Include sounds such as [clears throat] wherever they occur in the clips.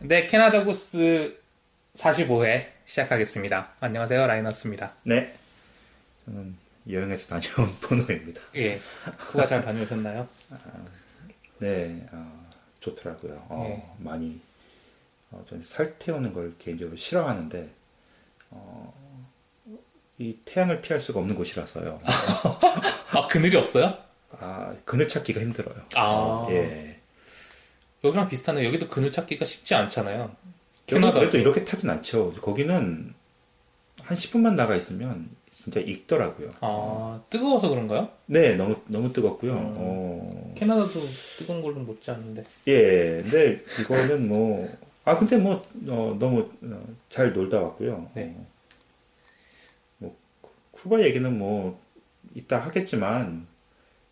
네, 캐나다 구스 45회 시작하겠습니다. 안녕하세요, 라이너스입니다. 네. 저는 여행에서 다녀온 [laughs] 번호입니다. 예, 그거 잘 다녀오셨나요? 네, 어, 좋더라고요. 어, 많이 어, 좀살 태우는 걸 개인적으로 싫어하는데 어, 이 태양을 피할 수가 없는 곳이라서요. 아, 그늘이 없어요? 아, 그늘 찾기가 힘들어요. 아. 어, 예. 여기랑 비슷하네요. 여기도 그늘 찾기가 쉽지 않잖아요. 캐나다 캐나다. 그래도 이렇게 타진 않죠. 거기는 한 10분만 나가 있으면 진짜 익더라고요. 아, 뜨거워서 그런가요? 네, 너무 너무 뜨겁고요. 음. 어, 캐나다도 뜨거운 걸로 못지 않는데. 예, 근데 이거는 뭐, 아, 근데 뭐, 어, 너무 어, 잘 놀다 왔고요. 네. 어, 뭐, 쿠- 쿠바 얘기는 뭐, 이따 하겠지만,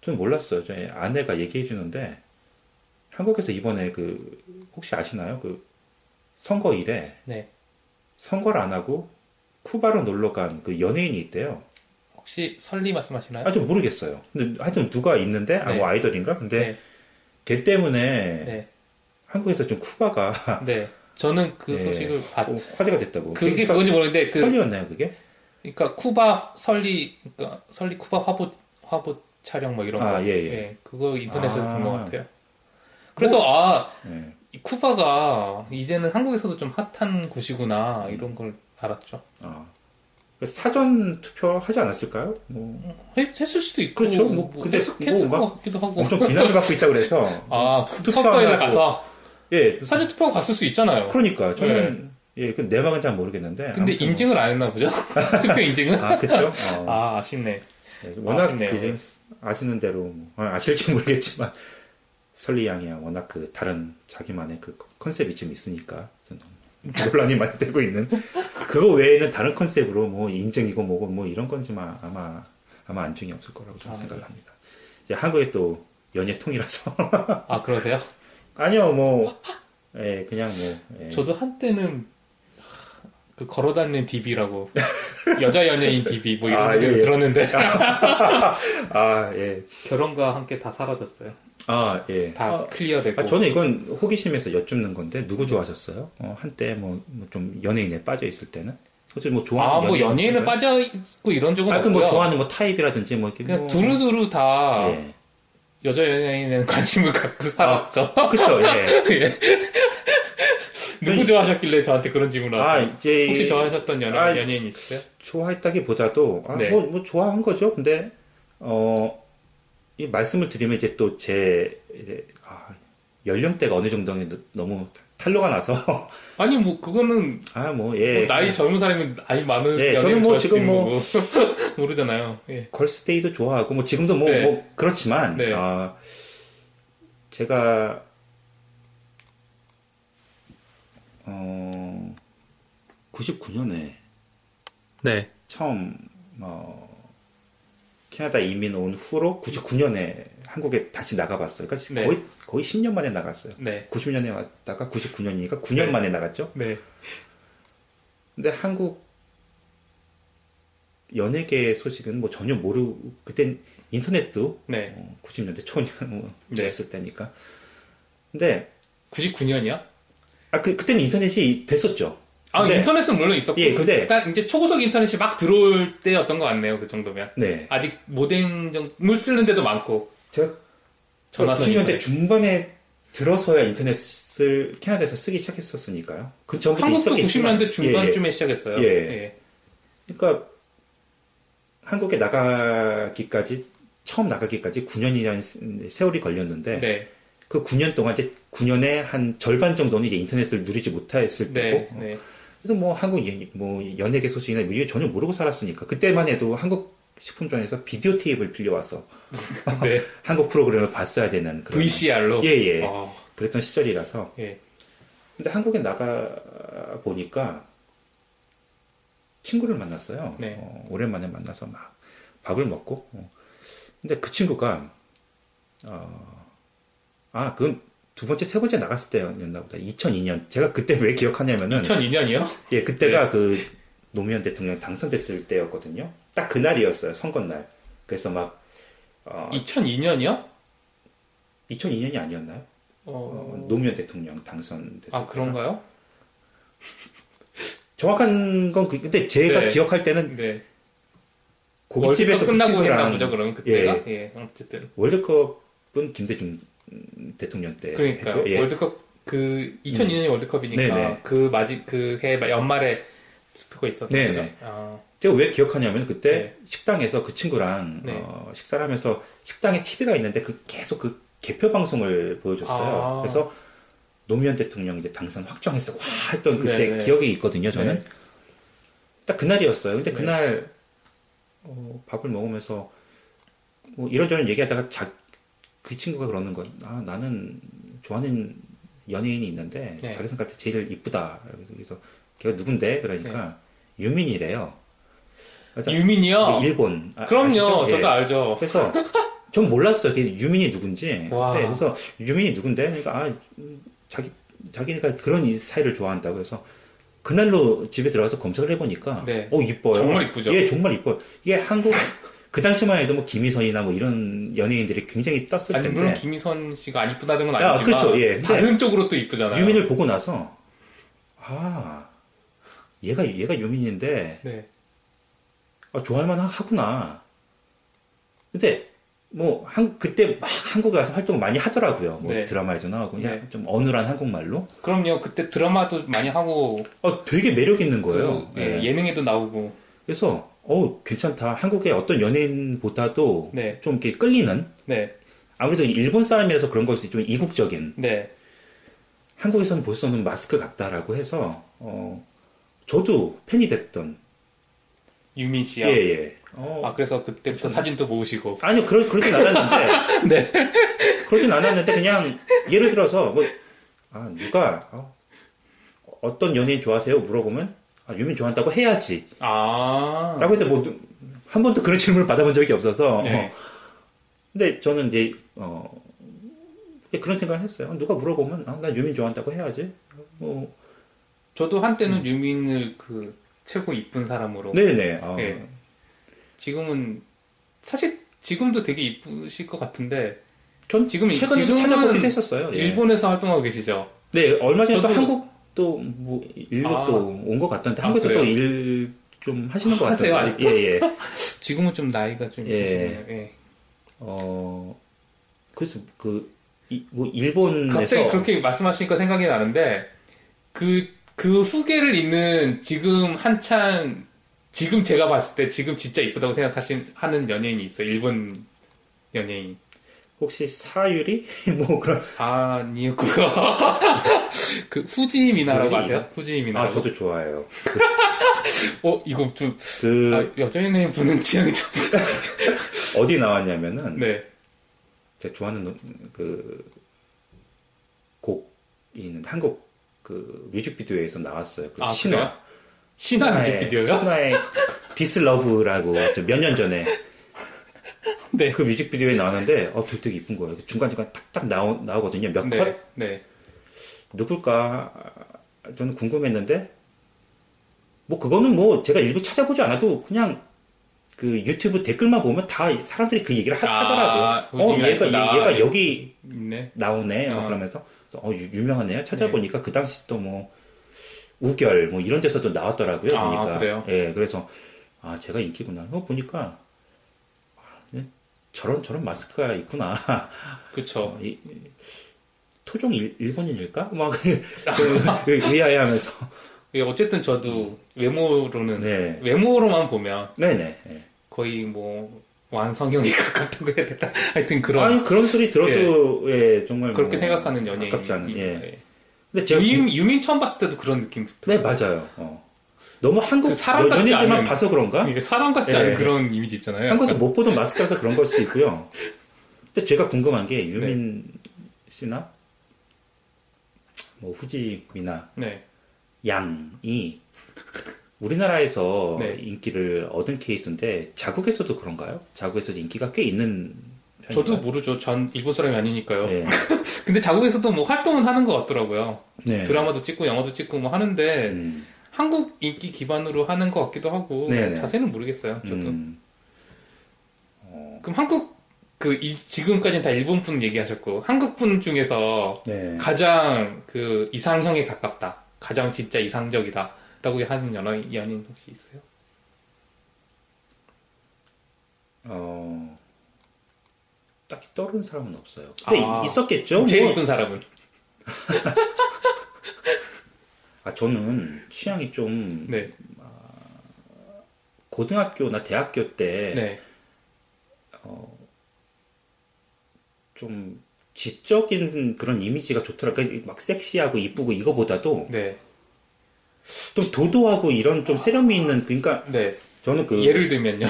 전 몰랐어요. 저희 아내가 얘기해 주는데, 한국에서 이번에 그, 혹시 아시나요? 그, 선거일에, 네. 선거를 안 하고, 쿠바로 놀러 간 그 연예인이 있대요. 혹시 설리 말씀하시나요? 아, 좀 모르겠어요. 근데 하여튼 누가 있는데, 아, 네. 뭐 아이돌인가? 근데 네. 걔 때문에 네. 한국에서 좀 쿠바가 네. 저는 그 네. 소식을 봤어요. 뭐 어, 화제가 됐다고. 그게 설- 그건지 모르겠는데, 그, 설리였나요 그게? 그러니까 쿠바 설리, 그러니까 설리 쿠바 화보, 화보 촬영 뭐 이런 아, 거. 예, 예. 그거 인터넷에서 아. 본 것 같아요. 그래서, 아, 네. 이 쿠바가 이제는 한국에서도 좀 핫한 곳이구나 이런 걸 알았죠. 아. 그 사전 투표 하지 않았을까요? 뭐 했, 을 수도 있고, 그렇죠. 뭐, 뭐, 뭐 근데 했, 했을 뭐 것 같기도 하고. 엄청 비난을 받고 있다 그래서 [laughs] 아, 투표하고- 선거에 가서 예 사전 투표 갔을 수 있잖아요. 네. 그러니까 저는 예, 그 내막은 잘 모르겠는데 근데 아무튼 인증을 안 했나 [laughs] 보죠? 투표 인증은? 뭐. 아 그렇죠. 아, 아쉽네. 워낙 아쉽네요. 그 아시는 대로 뭐, 아, 아실지 [laughs] 모르겠지만 설리 양이야 워낙 그 다른 자기만의 그 컨셉이 지금 있으니까 저는 논란이 [laughs] 많이 되고 있는 그거 외에는 다른 컨셉으로 뭐 인증이고 뭐고 뭐 이런 건지만 아마 아마 안중이 없을 거라고 저는 아, 생각을 네. 합니다. 이제 한국에 또 연예통이라서 [laughs] 아, 그러세요? 아니요 뭐 예, 그냥 뭐 예. 저도 한때는 그 걸어다니는 [laughs] DB라고 여자 연예인 DB 뭐 이런 아, 얘기도 예, 예. 들었는데 아 예. 결혼과 함께 다 사라졌어요. 아 예. 다 아, 클리어되고. 아, 저는 이건 호기심에서 여쭙는 건데 누구 좋아하셨어요? 어, 한때 뭐 좀 연예인에 빠져 있을 때는 혹시 뭐 좋아하는 아, 뭐 연예인 연예인에 있었어요? 빠져 있고 이런 적은 아, 없고요. 그뭐 좋아하는 뭐 타입이라든지 뭐 이렇게 그냥 뭐... 두루두루 다 예. 여자 연예인에 관심을 갖고 살았죠. 아, 그쵸. [laughs] 예. 예. 누구 좋아하셨길래 저한테 그런 질문을 아 하세요? 이제 혹시 좋아하셨던 연예인, 아, 연예인 있으세요? 좋아했다기보다도 아, 네. 뭐, 뭐 좋아한 거죠. 근데 어, 이 말씀을 드리면 이제 또 제 아, 연령대가 어느 정도에 너무 탈로가 나서 [laughs] 아니 뭐 그거는 아 뭐 예 뭐 나이 젊은 사람이 나이 많은 예, 연예인 저는 뭐 좋아할 수 지금 있는 뭐- 거고 [laughs] 모르잖아요. 예. 걸스데이도 좋아하고 뭐 지금도 뭐, 네. 뭐 그렇지만 네. 아, 제가 어 99년에 네. 처음 어, 캐나다 이민 온 후로 99년에 한국에 다시 나가봤어요. 그러니까 지금 네. 거의 거의 10년 만에 나갔어요. 네. 90년에 왔다가 99년이니까 9년 네. 만에 나갔죠. 네. 근데 한국 연예계 소식은 뭐 전혀 모르고 그땐 인터넷도 네. 90년대 어, 초였을 네. 때니까. 근데 99년이야? 아 그 그때는 인터넷이 됐었죠. 아 근데- 인터넷은 물론 있었고 네. 예, 근데- 딱 이제 초고속 인터넷이 막 들어올 때였던 것 같네요. 그 정도면 네. 아직 모뎀 정물 쓰는 데도 많고 제가 전화선 90년대 인터넷. 중반에 들어서야 인터넷을 캐나다에서 쓰기 시작했었으니까요. 그 전부터 한국도 있었겠지만. 90년대 중반쯤에 시작했어요. 예, 예. 예. 그러니까 한국에 나가기까지 처음 나가기까지 9년이라는 세월이 네. 걸렸는데 네. 그 9년 동안 이제 9년의 한 절반 정도는 이제 인터넷을 누리지 못했을 네. 때고 네. 그래서 뭐 한국 연, 뭐 연예계 소식이나 이런 거 전혀 모르고 살았으니까 그때만 해도 한국 식품점에서 비디오 테이프를 빌려와서 네. 한국 프로그램을 봤어야 되는 [laughs] 그런 VCR로. 예예 어, 그랬던 시절이라서 예. 근데 한국에 나가 보니까 친구를 만났어요. 네. 어, 오랜만에 만나서 막 밥을 먹고. 어. 근데 그 친구가 어, 아 그건 두 번째 세 번째 나갔을 때였나 보다. 2002년 제가 그때 왜 기억하냐면은 2002년이요? 예 그때가 네. 그 노무현 대통령 당선됐을 때였거든요. 딱 그날이었어요 선거 날. 그래서 막 [laughs] 어, 2002년이요? 2002년이 아니었나요? 어, 어, 노무현 대통령 당선됐을 아 때가. 그런가요? 정확한 건 그- 근데 제가 네. 기억할 때는 네. 고깃집에서 월드컵 끝나고 했나 부친구랑 보죠, 그럼 예. 그때가. 예. 어쨌든. 월드컵은 김대중 대통령 때 그러니까 했고, 예. 음. 월드컵 그 2002년이 월드컵이니까 네네. 그 마지 그해 연말에 스피커 있었던 네네. 거죠. 아, 제가 왜 기억하냐면 그때 네. 식당에서 그 친구랑 네. 어, 식사를 하면서 식당에 TV가 있는데 그 계속 그 개표 방송을 보여줬어요. 아. 그래서 노무현 대통령 이제 당선 확정했어 와 했던 그때 네, 네. 기억이 있거든요. 저는 네. 딱 그날이었어요. 근데 네. 그날 어, 밥을 먹으면서 뭐 이런저런 얘기하다가 자, 그 친구가 그러는 건 아, 나는 좋아하는 연예인이 있는데 네. 자기 생각할 때 제일 이쁘다. 그래서 걔가 누군데? 그러니까 네. 유민이래요. 그래서 유민이요. 그 일본. 아, 그럼요. 아시죠? 저도 예. 알죠. 그래서 전 몰랐어요. 걔 유민이 누군지. 와. 네, 그래서 유민이 누군데? 그러니까 아, 음, 자기 자기가 그런 이 스타일을 좋아한다고 해서 그날로 집에 들어가서 검색을 해보니까 네. 어 이뻐요. 정말 이쁘죠? 예, 정말 이뻐요. 이게 한국 그 당시만 해도 뭐 김희선이나 뭐 이런 연예인들이 굉장히 떴을 아니 텐데 물론 김희선 씨가 안 이쁘다는 건 아, 아니지만 그렇죠. 예. 근데 다른 쪽으로 또 이쁘잖아요. 유민을 보고 나서 아 얘가 얘가 유민인데 네. 아, 좋아할 만 하구나. 근데, 뭐, 한, 그때 막 한국에 와서 활동을 많이 하더라고요. 뭐 네. 드라마에도 나오고, 그냥 네. 좀 어눌한 한국말로. 그럼요. 그때 드라마도 많이 하고 아, 되게 매력 있는 거예요. 그, 예, 예. 예능에도 나오고. 그래서, 어 괜찮다. 한국의 어떤 연예인보다도 네. 좀 이렇게 끌리는? 네. 아무래도 일본 사람이라서 그런 것이 좀 이국적인, 네. 한국에서는 볼 수 없는 마스크 같다라고 해서, 어, 저도 팬이 됐던. 유민 씨요. 예, 예. 어, 아 그래서 그때부터 사진도 모으시고. 아니요, 그러, 그러진 [laughs] 않았는데. 네. 그러진 않았는데, 그냥, 예를 들어서, 뭐, 아, 누가, 어, 어떤 연예인 좋아하세요? 물어보면, 아, 유민 좋아한다고 해야지. 아. 라고 했는데, 뭐, 누- 한 번도 그런 질문을 받아본 적이 없어서. 네. 어. 근데 저는 이제, 어, 이제 그런 생각을 했어요. 누가 물어보면, 아, 난 유민 좋아한다고 해야지. 뭐, 저도 한때는 유민을 그 최고 이쁜 사람으로 음. 네네. 어, 예. 지금은 사실 지금도 되게 이쁘실 것 같은데 전 지금 최근에도 찾아보기도 했었어요. 예. 일본에서 활동하고 계시죠? 네, 얼마 전에 또 저도- 한국도 뭐 일로 아. 또 온 것 같던데 아, 한국에서 그래요? 또 일 좀 하시는 것 하세요, 같아요. 예, 예. 지금은 좀 나이가 좀 예. 있으시네요. 예. 어 그래서 그뭐 일본에서 갑자기 그렇게 말씀하시니까 생각이 나는데 그 그 후계를 잇는 지금 한창 지금 제가 봤을 때 지금 진짜 이쁘다고 생각하신 하는 연예인이 있어 요 일본 연예인 혹시 사유리 [laughs] 뭐 그런 아, 아니었고요 [laughs] 그 후지미나라고 후지미나? 아세요? 후지미나 아 저도 좋아해요. 어 이거 좀 그 아, 여전히 분은 취향이 좀. 아, 어디 나왔냐면은 네. 제가 좋아하는 노- 그 곡이 있는데 한국 그 뮤직비디오에서 나왔어요. 그 아, 신화 그래요? 신화 신화의- 뮤직비디오요? 네. 신화의 디스러브라고 몇 년 전에 네. 그 뮤직비디오에 나왔는데 어 되게, 되게 이쁜 거예요. 중간중간 딱딱 나오, 나오거든요. 몇 컷? 네. 네. 누굴까? 저는 궁금했는데 뭐 그거는 뭐 제가 일부 찾아보지 않아도 그냥 그 유튜브 댓글만 보면 다 사람들이 그 얘기를 하, 아, 더라고요 어, 요즘에 얘가 이쁘다. 얘, 가 여기 있네. 나오네. 막 아. 그러면서 어 유- 유명하네요. 찾아보니까 그 당시 또 뭐 우결 뭐 이런 데서도 나왔더라고요. 아, 보니까 그래요? 예, 그래서 아 제가 인기구나. 어 보니까 아, 저런 저런 마스크가 있구나. 그쵸. 어, [laughs] 이- 토종 일, 일본인일까? [laughs] 막 아. 그- 그 의아해하면서 예, 어쨌든 저도 외모로는, 음. 네, 외모로만 보면 네네. 예. 거의 뭐, 완성형이 가깝다고 해야 되나? [laughs] 하여튼 그런, 아니 그런 소리 들어도 예, 정말 그렇게 뭐 생각하는 연예인. 아깝지 않은. 예. 예. 근데 제가 그 유민, 유민 처음 봤을 때도 그런 느낌. 네 맞아요. 어. 너무 한국 그 사람 같지 연예인들만 않은- 봐서 그런가? 이게 사람 같지 예. 않은 그런 이미지 있잖아요. 한국에서 못 보던 마스크라서 그런 걸 수도 있고요. 근데 제가 궁금한 게 네. 유민 씨나 뭐 후지미나 네. 양이 우리나라에서 네. 인기를 얻은 케이스인데 자국에서도 그런가요? 자국에서도 인기가 꽤 있는 편인가요? 저도 모르죠. 전 일본 사람이 아니니까요. 네. 근데 자국에서도 뭐 활동은 하는 것 같더라고요. 네. 드라마도 찍고 영화도 찍고 뭐 하는데 음, 한국 인기 기반으로 하는 것 같기도 하고 네네. 자세히는 모르겠어요. 저도 음. 어, 그럼 한국 그 이- 지금까지는 다 일본 분 얘기하셨고 한국 분 중에서 네. 가장 그 이상형에 가깝다 가장 진짜 이상적이다라고 하는 연예인, 연예인 혹시 있어요? 어, 딱히 떠오르는 사람은 없어요. 근데 아. 있었겠죠? 제일 뭐. 이쁜 사람은 아, 저는 취향이 좀 네, 고등학교나 대학교 때 네, 좀 지적인 그런 이미지가 좋더라고요. 그러니까 막 섹시하고 이쁘고 이거보다도 네, 좀 도도하고 이런 좀 세련미 있는 그러니까 네. 저는 그 예를 들면요.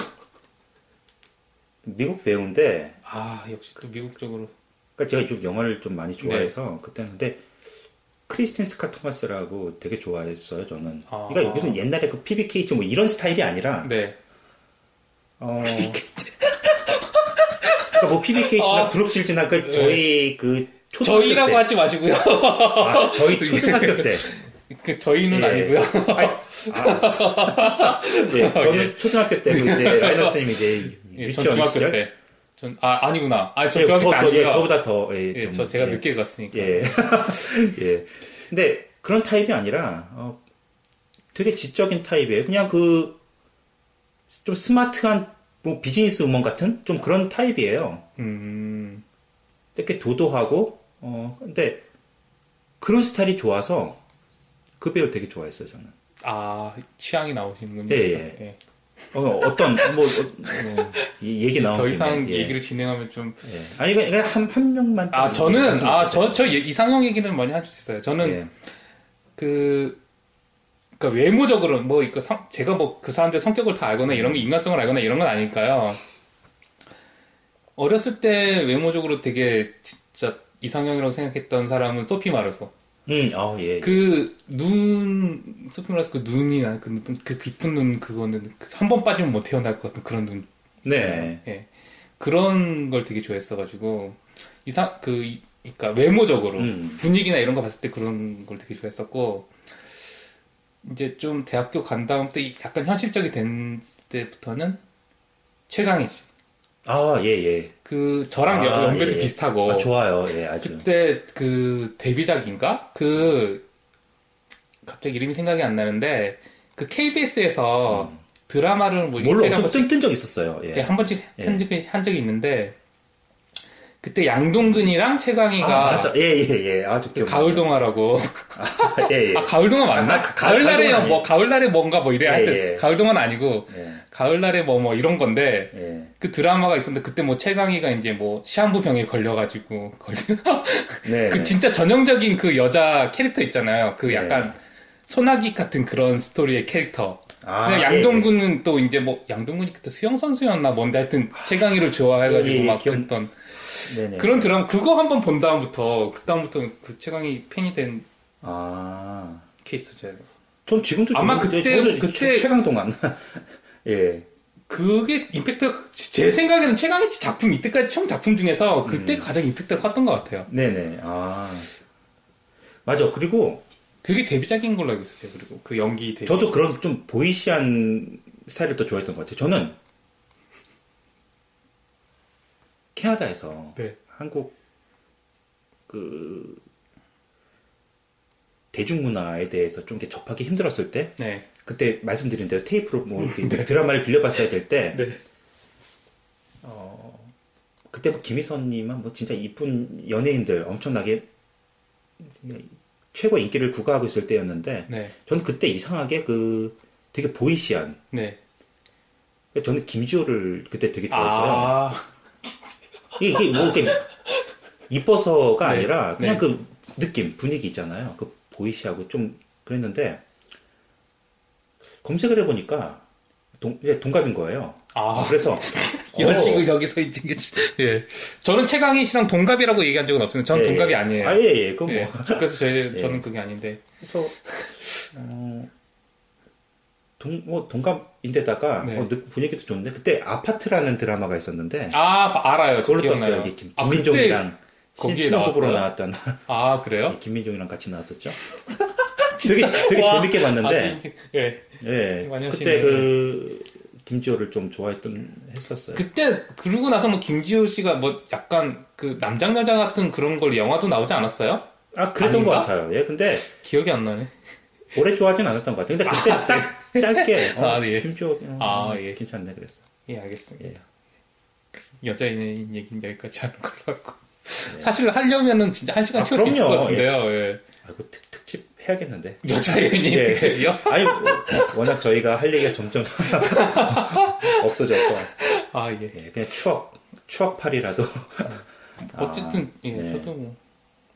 미국 배우인데 아 역시 또 미국 쪽으로. 그러니까 제가 좀 영화를 좀 많이 좋아해서 네. 그때는 근데 크리스틴 스카 토마스라고 되게 좋아했어요 저는. 아. 그러니까 무슨 옛날에 그 PBKT 뭐 이런 스타일이 아니라 네. [laughs] 어. 그러니까 뭐 PBKT나 아. 브룩실즈나 그 네. 저희 그 초등학교 저희라고 때 하지 [laughs] 마시고요. 아, 저희 [laughs] 초등학교 때 그 저희는 예. 아니고요. 네, 저는 초등학교 때그 이제 라이너 쌤이 이제 어, 예, 전 유치원 중학교 시절 때. 전, 아, 아니구나. 아, 저 예, 중학교 때 더, 더, 예, 아니고요. 저보다 더 예, 예, 좀, 저 제가 예, 늦게 갔으니까. 예. [laughs] 예. 근데 그런 타입이 아니라 어, 되게 지적인 타입이에요. 그냥 그 좀 스마트한 뭐 비즈니스 우먼 같은 좀 그런 타입이에요. 음, 되게 도도하고 어 근데 그런 스타일이 좋아서 그 배우 되게 좋아했어요 저는. 아, 취향이 나오시는군요. 예, 그래서. 예. 어, 어떤 뭐 어, 어, 이- 얘기 나온 더 이상 김에, 예. 얘기를 진행하면 좀. 예. 아니 그러니까 한, 한 명만 아, 좀 저는, 말씀해 아, 주세요. 저, 저 예- 이상형 얘기는 많이 할 수 있어요. 저는 예. 그, 그니까 외모적으로, 뭐, 이거 성- 제가 뭐 그 사람들 성격을 다 알거나 이런 게 인간성을 알거나 이런 건 아닐까요? 어렸을 때 외모적으로 되게 진짜 이상형이라고 생각했던 사람은 소피 마르소. 음, 어, 예. 그 눈, 소피 마르소 그 눈이 나, 그, 눈, 그 깊은 눈 그거는 한 번 빠지면 못 태어날 것 같은 그런 눈. 네. 예. 그런 걸 되게 좋아했어가지고 이상 그 이- 그러니까 외모적으로 음. 분위기나 이런 거 봤을 때 그런 걸 되게 좋아했었고 이제 좀 대학교 간 다음 때 약간 현실적이 된 때부터는 최강희 씨. 아, 예, 예. 그 저랑 아, 연- 연배도 예. 비슷하고 아, 좋아요. 예, 아주. 뭐 그때 그 데뷔작인가 그 갑자기 이름이 생각이 안 나는데 그 KBS에서 드라마를 뭐 음. 몰라. 일주일에 한 좀 뜬, 뜬적 있었어요. 예. 그때 한 번씩 예. 한 적이, 한 적이 있는데 그때 양동근이랑 아, 최강희가 맞아. 예, 예, 예. 아, 저 그 기억나. 가을동화라고 예, [laughs] 예. 아 가을동화 맞나? 아, 가- 가- 가을날에 가을동화 뭐 가을날에 뭔가 뭐 이래 예, 하여튼 예. 가을동화는 아니고 예. 가을날에 뭐 뭐 이런 건데 예. 그 드라마가 있었는데 그때 뭐 최강희가 이제 뭐 시한부병에 걸려가지고 [laughs] 걸- 네. 그 진짜 전형적인 그 여자 캐릭터 있잖아요 그 예. 약간 소나기 같은 그런 스토리의 캐릭터 아, 근데 예, 양동근은 또 이제 뭐 양동근이 그때 수영 선수였나 뭔데 하여튼 최강희를 좋아해가지고 예, 예, 막 기억- 그랬던 예. 네, 네. 그런 드라마 그거 한 번 본 다음부터 그 다음부터 그 최강이 팬이 된 아. 케이스죠. 전 지금도 아마 좋은데, 그때- 저는 그때- 최- 최강 동안. [laughs] 예. 그게 임팩트 제 생각에는 최강희 씨 작품 이때까지 총 작품 중에서 그때 음. 가장 임팩트가 컸던 것 같아요. 네, 네. 아. 맞아. 그리고 그게 데뷔작인 걸로 알고 있어요. 그리고 그 연기 데뷔. 저도 그런 좀 보이시한 스타일을 더 좋아했던 것 같아요. 저는 캐나다에서 네. 한국 그 대중문화에 대해서 좀 이렇게 접하기 힘들었을 때 네. 그때 말씀드린 대로 테이프로 뭐 이렇게 드라마를 빌려봤어야 될 때 네. 그때 뭐 김희선님은 뭐 진짜 이쁜 연예인들 엄청나게 최고 인기를 구가하고 있을 때였는데 네. 저는 그때 이상하게 그 되게 보이시한 네. 그러니까 저는 김지호를 그때 되게 좋아했어요. 아. 이게, 이게 뭐 이렇게 이뻐서가 네, 아니라 그냥 네. 그 느낌, 분위기 있잖아요. 그 보이시하고 좀 그랬는데 검색을 해보니까 동, 예, 동갑인 거예요. 아. 그래서 [laughs] 연식을 어, 여기서 인증해 주. [laughs] 예. 저는 최강희 씨랑 동갑이라고 얘기한 적은 없습니다. 저는 예, 동갑이 예. 아니에요. 아, 예, 예. 그건 예. 뭐. 그래서 저희, 예. 저는 그게 아닌데. 그래서 어, 동, 뭐 동갑인데다가 네. 어, 느- 분위기도 좋은데 그때 아파트라는 드라마가 있었는데 아, 바- 알아요. 저 그걸로 떴어요. 기억나요. 여기 김, 아, 민종이 그때, 랑 거기에 신호국으로 나왔어요? 나왔던 아, 그래요? 예, 김민종이랑 [laughs] 같이 나왔었죠. 되게 되게 와. 재밌게 봤는데, 아주 인증- 예. 예, 많이 하시네. 그때 그 김지호를 좀 좋아했던 했었어요. 그때 그러고 나서 뭐 김지호 씨가 뭐 약간 그 남장 여자 같은 그런 걸 영화도 나오지 않았어요? 아 그랬던 아닌가? 것 같아요. 예, 근데 기억이 안 나네. 오래 좋아하진 않았던 것 같아요. 근데 그때 딱 짧게 어, 아, 예. 김주혁 어, 아, 예. 괜찮네 그랬어. 예, 알겠습니다. 그 여자인 얘기는 여기까지 하는 걸로 하고. 사실 하려면은 진짜 한 시간 예. 아, 채울 수 있을 그럼요. 것 같은데요. 예. 아 이거 특, 특집 해야겠는데. 여자인 [laughs] 예. 특집이요? 아니 워낙 저희가 할 얘기가 점점 [laughs] 없어져서 아, 예. 예, 그냥 추억 추억팔이라도 어쨌든, 예, 네. 저도 뭐.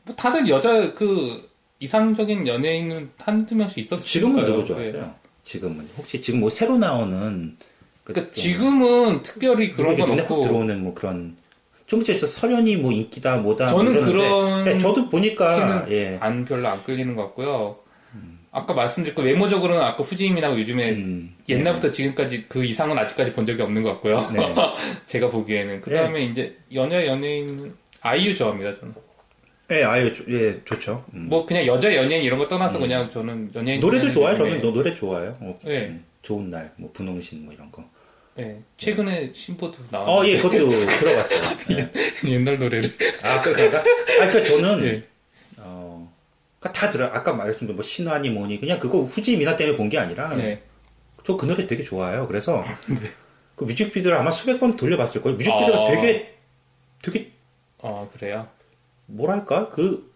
뭐 다들 여자 그 이상적인 연예인은 한두 명씩 있었을 지금은 거니까요. 예. 누구 좋아하세요? 지금은 혹시 지금 뭐 새로 나오는 그 그러니까 좀 지금은 특별히 그런 이렇게 건 눈에 확 없고 들어오는 뭐 그런 좀 전에 설현이 뭐 인기다 뭐다 저는 뭐 이러는데 그런 예, 저도 보니까 끼는 예. 안 별로 안 끌리는 것 같고요. 아까 말씀드린 그 외모적으로는 아까 후지임이나 요즘에 음, 네, 옛날부터 지금까지 그 이상은 아직까지 본 적이 없는 것 같고요. [laughs] 네. 제가 보기에는 그 다음에 이제 연여 연예인 아이유 좋아합니다 저는. 예, 아유 조- 예 좋죠. 음. 뭐 그냥 여자 연예인 이런 거 떠나서 그냥 저는 연예인 노래도 연예인 좋아요. 중에, 저는 노- 노래 좋아요. 어, 예. 음, 좋은 날, 뭐 분홍신 뭐 이런 거. 예, 최근에 신보도 어, 나왔는데 예, [laughs] 그것도 들어봤어요. 예. 옛날 노래를 아, 그러니까, 아, 그러니까 저는 예. 어, 그러니까 다 들어. 아까 말씀드린 뭐 신화니 뭐니 그냥 그거 후지 미나 때문에 본 게 아니라 네. 저 그 노래 되게 [laughs] 좋아해요. 그래서 그 뮤직비디오를 아마 수백 번 돌려봤을 거예요. 뮤직비디오가 아. 되게 되게 어 그래요. 뭐랄까 그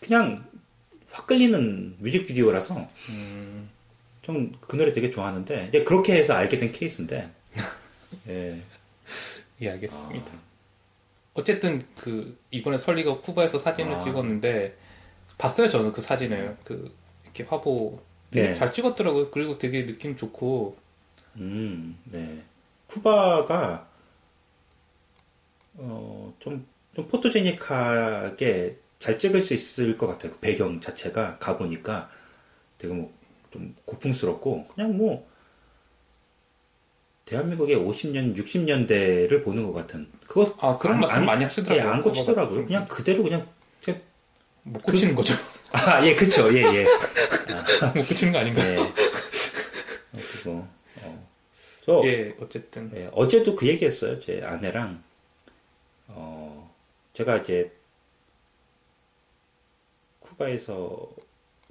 그냥 확 끌리는 뮤직비디오라서 음, 좀 그 노래 되게 좋아하는데 이제 그렇게 해서 알게 [laughs] 된 케이스인데 예. 예 알겠습니다. 어쨌든 그 이번에 설리가 쿠바에서 사진을 아. 찍었는데 봤어요 저는 그 사진을 그 이렇게 화보 되게 네. 잘 찍었더라고요. 그리고 되게 느낌 좋고 음, 네. 쿠바가 어, 좀, 좀 포토제닉하게 잘 찍을 수 있을 것 같아요. 그 배경 자체가 가보니까 되게 뭐 좀 고풍스럽고 그냥 뭐 대한민국의 50년, 60년대를 보는 것 같은 그거 아 그런 안- 말씀 안- 많이 하시더라고요. 예, 안 고치더라고요. 그냥 그대로 그냥 못 고치는 [laughs] 거죠. 아, 예, 그쵸. 예, 예. 못 고치는 거 아닌가요? [laughs] 예. 그리고 어. 저 예 어쨌든 예, 어제도 그 얘기했어요. 제 아내랑 어, 제가 이제 쿠바에서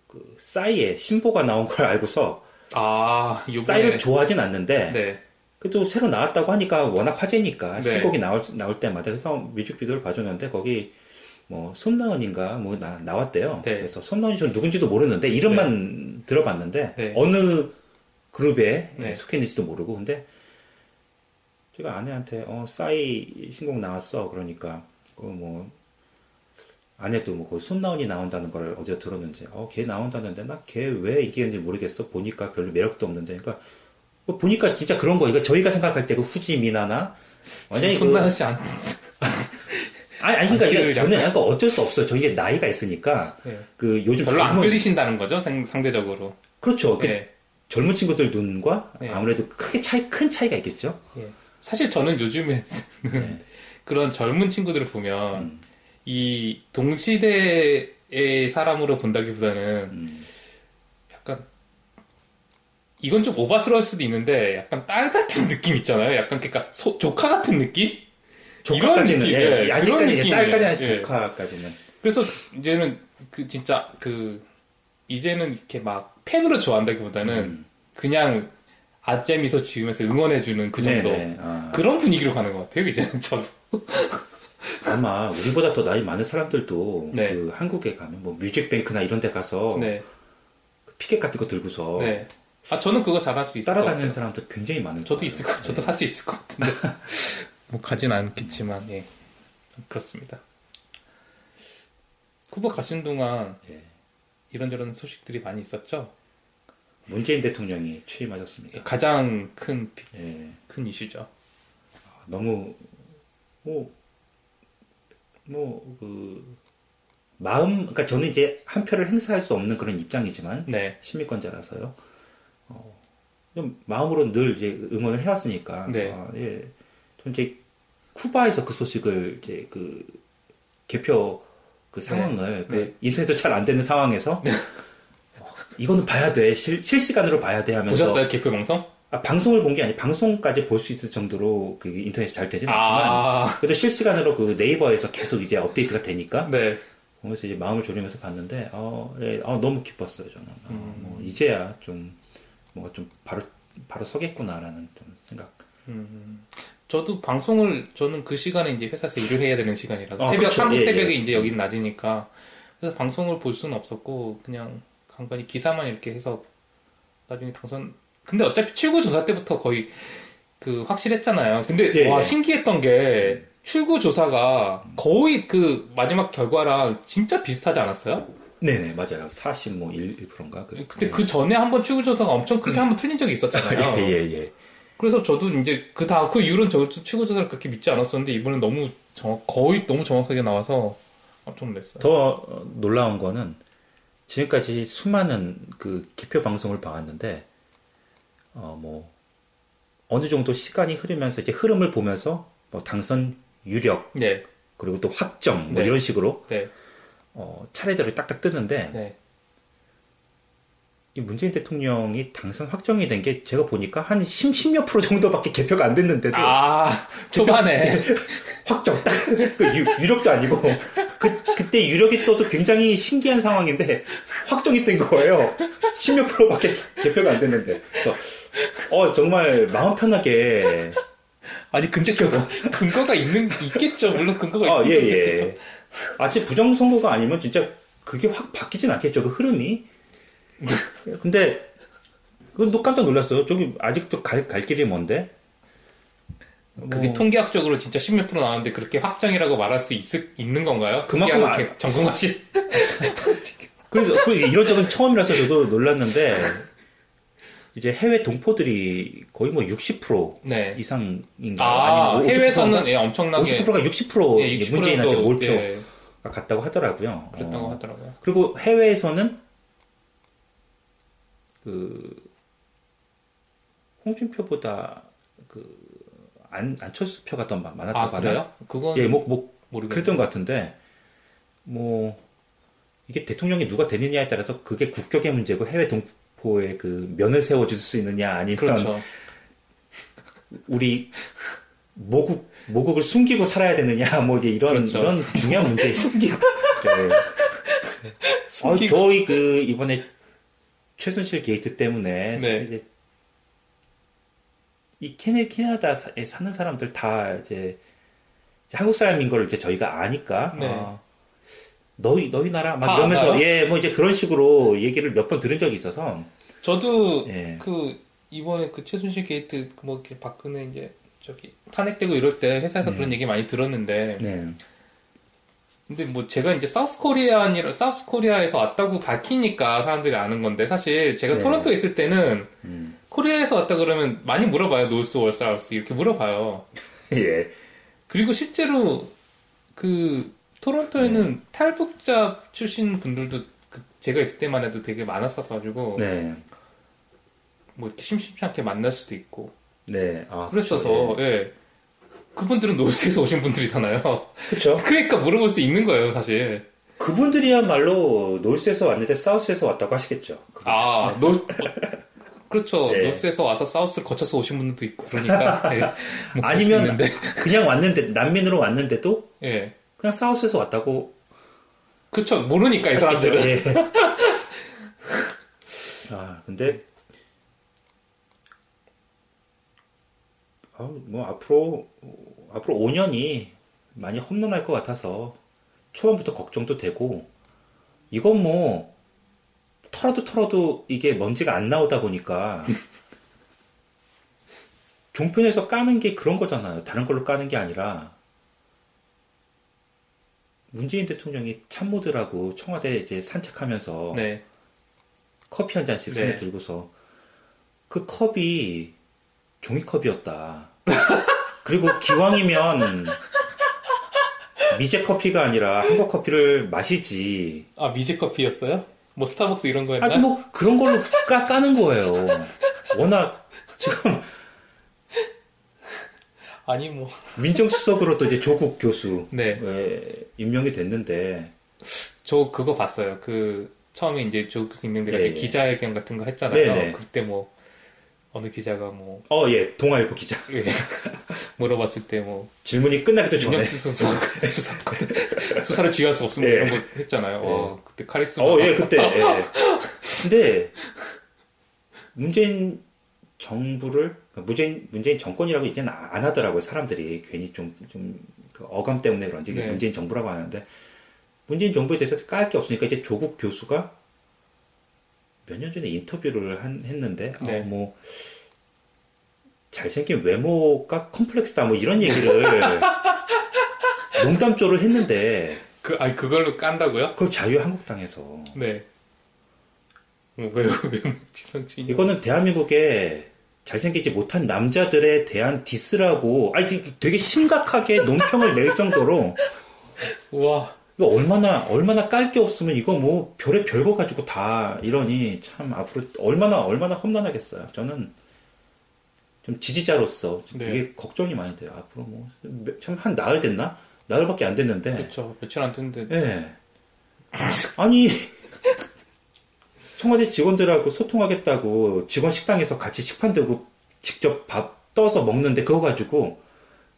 그 싸이의 신보가 나온 걸 알고서 아 싸이를 요번에 좋아하진 않는데 네 그래도 새로 나왔다고 하니까 워낙 화제니까 네. 신곡이 나올 나올 때마다 그래서 뮤직비디오를 봐줬는데 거기 뭐 손나은인가 뭐 나, 나왔대요. 네. 그래서 손나은이 저 누군지도 모르는데 이름만 들어봤는데 네. 어느 그룹에 네. 속해 있는지도 모르고 근데 제가 아내한테 어 싸이 신곡 나왔어 그러니까 어뭐 아내도 뭐그 손나은이 나온다는 걸 어제 들었는지 어걔 나온다는데 나 걔 왜 이기는지 모르겠어 보니까 별로 매력도 없는데 그러니까 뭐 보니까 진짜 그런 거예요. 그러니까 저희가 생각할 때 그 후지 미나나 완전히 지금 그 손나은 씨안 아니, 아니 그러니까 안티를 이게 저는 약간 어쩔 수 없어요. 저희의 나이가 있으니까 네. 그 요즘 별로 안 젊은- 끌리신다는 거죠 생- 상대적으로. 그렇죠. 그 예. 젊은 친구들 눈과 네. 아무래도 크게 차이 큰 차이가 있겠죠. 예. 사실 저는 요즘에 [laughs] 네. 그런 젊은 친구들을 보면 음. 이 동시대의 사람으로 본다기보다는 음. 약간 이건 좀 오바스러울 수도 있는데 약간 딸 같은 느낌 있잖아요. 약간 그러니까 소- 조카 같은 느낌? 조카까지는 느낌, 예, 예, 그런 아직까지는 느낌이에요. 딸까지 아니 예. 조카까지는 그래서 이제는 그 진짜 그 이제는 이렇게 막 팬으로 좋아한다기보다는 음. 그냥 아재미소 지으면서 응원해주는 그 정도 네네. 아, 그런 분위기로 가는 것 같아요. 이제는 참. 아마 우리보다 더 나이 많은 사람들도 네. 그 한국에 가면 뭐 뮤직뱅크나 이런 데 가서 네, 그 피켓 같은 거 들고서 네. 아 저는 그거 잘할 수 있을 것 같아요. 따라다니는 사람들 굉장히 많은 저도 거예요. 있을 것, 저도 할 수 있을 것 [laughs] 같은데 뭐 가진 않겠지만 예 그렇습니다. 쿠바 가신 동안 예. 이런저런 소식들이 많이 있었죠. 문재인 대통령이 취임하셨습니다. 가장 큰 큰 예. 이슈죠. 너무 뭐, 뭐뭐그 마음 그러니까 저는 이제 한 표를 행사할 수 없는 그런 입장이지만 네, 시민권자라서요. 어, 좀 마음으로 늘 이제 응원을 해왔으니까. 네. 아, 예. 전 이제 쿠바에서 그 소식을 이제 그 개표 그 상황을 그 네. 인터넷도 잘 안 되는 상황에서 어, 이거는 봐야 돼 실, 실시간으로 봐야 돼 하면서 보셨어요 개표 방송? 아, 방송을 본 게 아니 방송까지 볼 수 있을 정도로 그 인터넷이 잘 되진 않지만 아, 그래도 실시간으로 그 네이버에서 계속 이제 업데이트가 되니까 네, 그래서 이제 마음을 졸이면서 봤는데 어, 예, 어, 너무 기뻤어요 저는. 어, 음. 뭐 이제야 좀 뭔가 좀 바로 바로 서겠구나라는 좀 생각. 음. 저도 방송을 저는 그 시간에 이제 회사에서 일을 해야 되는 시간이라서 아, 새벽 그쵸. 한국 예, 예. 새벽에 이제 여기는 낮이니까 그래서 방송을 볼 수는 없었고 그냥 간간히 기사만 이렇게 해서 나중에 당선 근데 어차피 출구 조사 때부터 거의 그 확실했잖아요. 근데 예, 와 예. 신기했던 게 출구 조사가 거의 그 마지막 결과랑 진짜 비슷하지 않았어요? 네네 맞아요. 40뭐1%인가 그. 근데 그 전에 한번 출구 조사가 엄청 크게 한번 틀린 적이 있었잖아요. 음. [laughs] 예예 예. 그래서 저도 이제 그 다음 그 이후로는 저 치고 조사를 그렇게 믿지 않았었는데 이번엔 너무 정확 거의 너무 정확하게 나와서 깜짝 놀랐어요. 더 어, 놀라운 거는 지금까지 수많은 그 기표 방송을 봐왔는데 어 뭐 어느 정도 시간이 흐르면서 이제 흐름을 보면서 뭐 당선 유력 네, 그리고 또 확정 뭐 네. 이런 식으로 네, 어, 차례대로 딱딱 뜨는데 네. 이 문재인 대통령이 당선 확정이 된 게 제가 보니까 한 10, 10몇 프로 정도밖에 개표가 안 됐는데도 [laughs] 네. 아 초반에 확정 딱 그 유, 력도 아니고 그, 그때 유력이 떠도 굉장히 신기한 상황인데 확정이 된 거예요 10몇 프로밖에 개표가 안 됐는데 그래서 어 정말 마음 편하게 아니 근데 그 [laughs] 근거가 있는 있겠죠. 물론 근거가 아, 있으면 예, 예. 좋겠죠. 아직 부정선거가 아니면 진짜 그게 확 바뀌진 않겠죠, 그 흐름이. 근데, 그건 또 깜짝 놀랐어요. 저기 아직도 갈, 갈 길이 먼데? 뭐, 그게 통계학적으로 진짜 10몇 프로 나왔는데 그렇게 확정이라고 말할 수 있, 있는 건가요? 그만큼 통계하고 아- 개- 전공하신 그래서 그 이런 적은 처음이라서 저도 놀랐는데, 이제 해외 동포들이 거의 뭐 60% 네. 이상인가? 아 아니면 뭐 50%인가? 해외에서는 예, 엄청나게 50%가 60% 예, 60% 문재인한테 정도, 몰표가 예, 갔다고 하더라고요. 그랬다고 어. 하더라고요. 그리고 해외에서는 그 홍준표보다 그 안, 안철수 표가 더 많- 아 많았다고 하나요? 그래요? 그건 예, 뭐, 뭐 모르겠어요. 그랬던 것 같은데 뭐 이게 대통령이 누가 되느냐에 따라서 그게 국격의 문제고 해외 동포의 그 면을 세워줄 수 있느냐 아니면 그렇죠. 우리 모국 모국을 숨기고 살아야 되느냐 뭐 이제 이런 그렇죠. 이런 중요한 문제 [laughs] 숨기고 네. 어, 숨기고. 저희 그 이번에 최순실 게이트 때문에 네. 이제 이 캐네 캐나다에 사는 사람들 다 이제 한국 사람인 걸 이제 저희가 아니까 네. 어, 너희 너희 나라 막 다 이러면서 알아요? 예 뭐 이제 그런 식으로 얘기를 몇 번 들은 적이 있어서 저도 예. 그 이번에 그 최순실 게이트 뭐 이렇게 박근혜 이제 저기 탄핵되고 이럴 때 회사에서 네. 그런 얘기 많이 들었는데 네. 근데 뭐 제가 이제 사우스 코리안이라 사우스 코리아에서 왔다고 밝히니까 사람들이 아는 건데 사실 제가 네. 토론토에 있을 때는 음. [laughs] 코리아에서 왔다 그러면 많이 물어봐요 노스 월사우스 이렇게 물어봐요 예. 그리고 실제로 그 토론토에는 네. 탈북자 출신 분들도 그 제가 있을 때만 해도 되게 많았어가지고 네. 뭐 이렇게 심심치 않게 만날 수도 있고 네. 아, 그랬어서 예. 그분들은 노스에서 오신 분들이잖아요. [laughs] 그렇죠. 그러니까 물어볼 수 있는 거예요, 사실. 그분들이야말로 놀스에서 왔는데 사우스에서 왔다고 하시겠죠. 그분. 아, 노스 그렇죠. 예. 노스에서 와서 사우스를 거쳐서 오신 분들도 있고 [laughs] 그러니까 예. 뭐 그럴 수 아니면- 있는데. 그냥 왔는데 난민으로 왔는데도 예. 그냥 사우스에서 왔다고 그렇죠. 모르니까 이 사람들은 [laughs] 하시겠죠. 예. 아 근데 아, 뭐 앞으로 앞으로 5년이 많이 험난할 것 같아서 초반부터 걱정도 되고 이건 뭐 털어도 털어도 이게 먼지가 안 나오다 보니까 종편에서 까는 게 그런 거잖아요. 다른 걸로 까는 게 아니라 문재인 대통령이 참모들하고 청와대 이제 산책하면서 네. 커피 한 잔씩 네. 손에 들고서 그 컵이 종이컵이었다. [laughs] 그리고 기왕이면 미제 커피가 아니라 한국 커피를 마시지. 아, 미제 커피였어요? 뭐 스타벅스 이런 거였나? 아니 뭐 그런 걸로 까, 까는 거예요. 워낙 아니 뭐 민정수석으로 또 이제 조국 교수 네. 에 임명이 됐는데 저 그거 봤어요. 그 처음에 이제 조 교수님들이 예, 예. 기자회견 같은 거 했잖아요. 네, 네. 그때 뭐 어느 기자가 뭐 어 예 동아일보 기자 예. [laughs] 물어봤을 때뭐 질문이 끝나기도 전에. 김영수 수사 네. 수사 수사를 지휘할 수 없으면 예. 이런 거 했잖아요. 와, 그때 카리스마. 어, 예, 그때. 예. [laughs] 근데 문재인 정부를 그러니까 문재인 문재인 정권이라고 이제는 안 하더라고요. 사람들이 괜히 좀좀그 어감 때문에 그런지 네. 문재인 정부라고 하는데 문재인 정부에 대해서 깔 게 없으니까 이제 조국 교수가 몇 년 전에 인터뷰를 한, 했는데 아, 네. 뭐 잘생긴 외모가 컴플렉스다 뭐 이런 [laughs] 얘기를 농담조로 했는데 그 아니 그걸로 깐다고요? 그걸 자유한국당에서 네. 뭐, 어, 왜요? [laughs] 왜 지성친이? 이거는 대한민국의 잘생기지 못한 남자들에 대한 디스라고, 아니, 되- 되게 심각하게 논평을 낼 정도로, 와. 이거 얼마나, 얼마나 깔 게 없으면 이거 뭐, 별의 별거 가지고 다 이러니, 참, 앞으로 얼마나, 얼마나 험난하겠어요. 저는, 좀 지지자로서 되게 걱정이 많이 돼요. 앞으로 뭐, 참, 한 나흘 됐나? 나흘밖에 안 됐는데, 그렇죠. 며칠 안 됐는데 예. 아니, 청와대 직원들하고 소통하겠다고 직원 식당에서 같이 식판 들고 직접 밥 떠서 먹는데 그거 가지고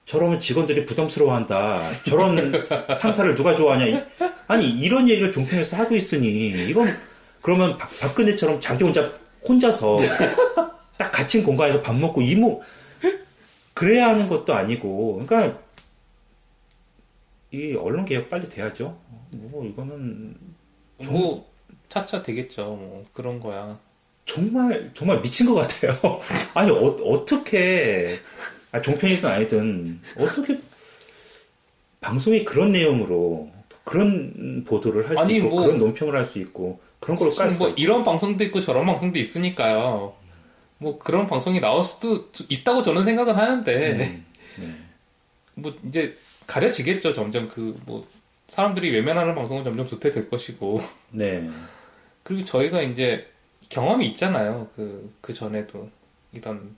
저러면 직원들이 부담스러워한다. 저런 상사를 누가 좋아하냐. 이- 아니, 이런 얘기를 종편에서 하고 있으니, 이건, 그러면 박, 박근혜처럼 자기 혼자, 혼자서 딱 갇힌 공간에서 밥 먹고 이모, 그래야 하는 것도 아니고, 그러니까 이 언론 개혁 빨리 돼야죠. 뭐 이거는 뭐 음. 차차 되겠죠. 뭐 그런 거야. 정말 정말 미친 것 같아요. [laughs] 아니 어, 떻게 아, 종편이든 아니든 어떻게 방송이 그런 내용으로 그런 보도를 할 수 아니, 있고 뭐- 그런 논평을 할 수 있고 그런 걸로 깔 사실 수 뭐 이런 방송도 있고 저런 방송도 있으니까요. 뭐 그런 방송이 나올 수도 있다고 저는 생각은 음, 하는데 네. 뭐 이제 가려지겠죠. 점점 그 뭐 사람들이 외면하는 방송은 점점 도태될 것이고 네. 그리고 저희가 이제 경험이 있잖아요. 그, 그 전에도. 이런,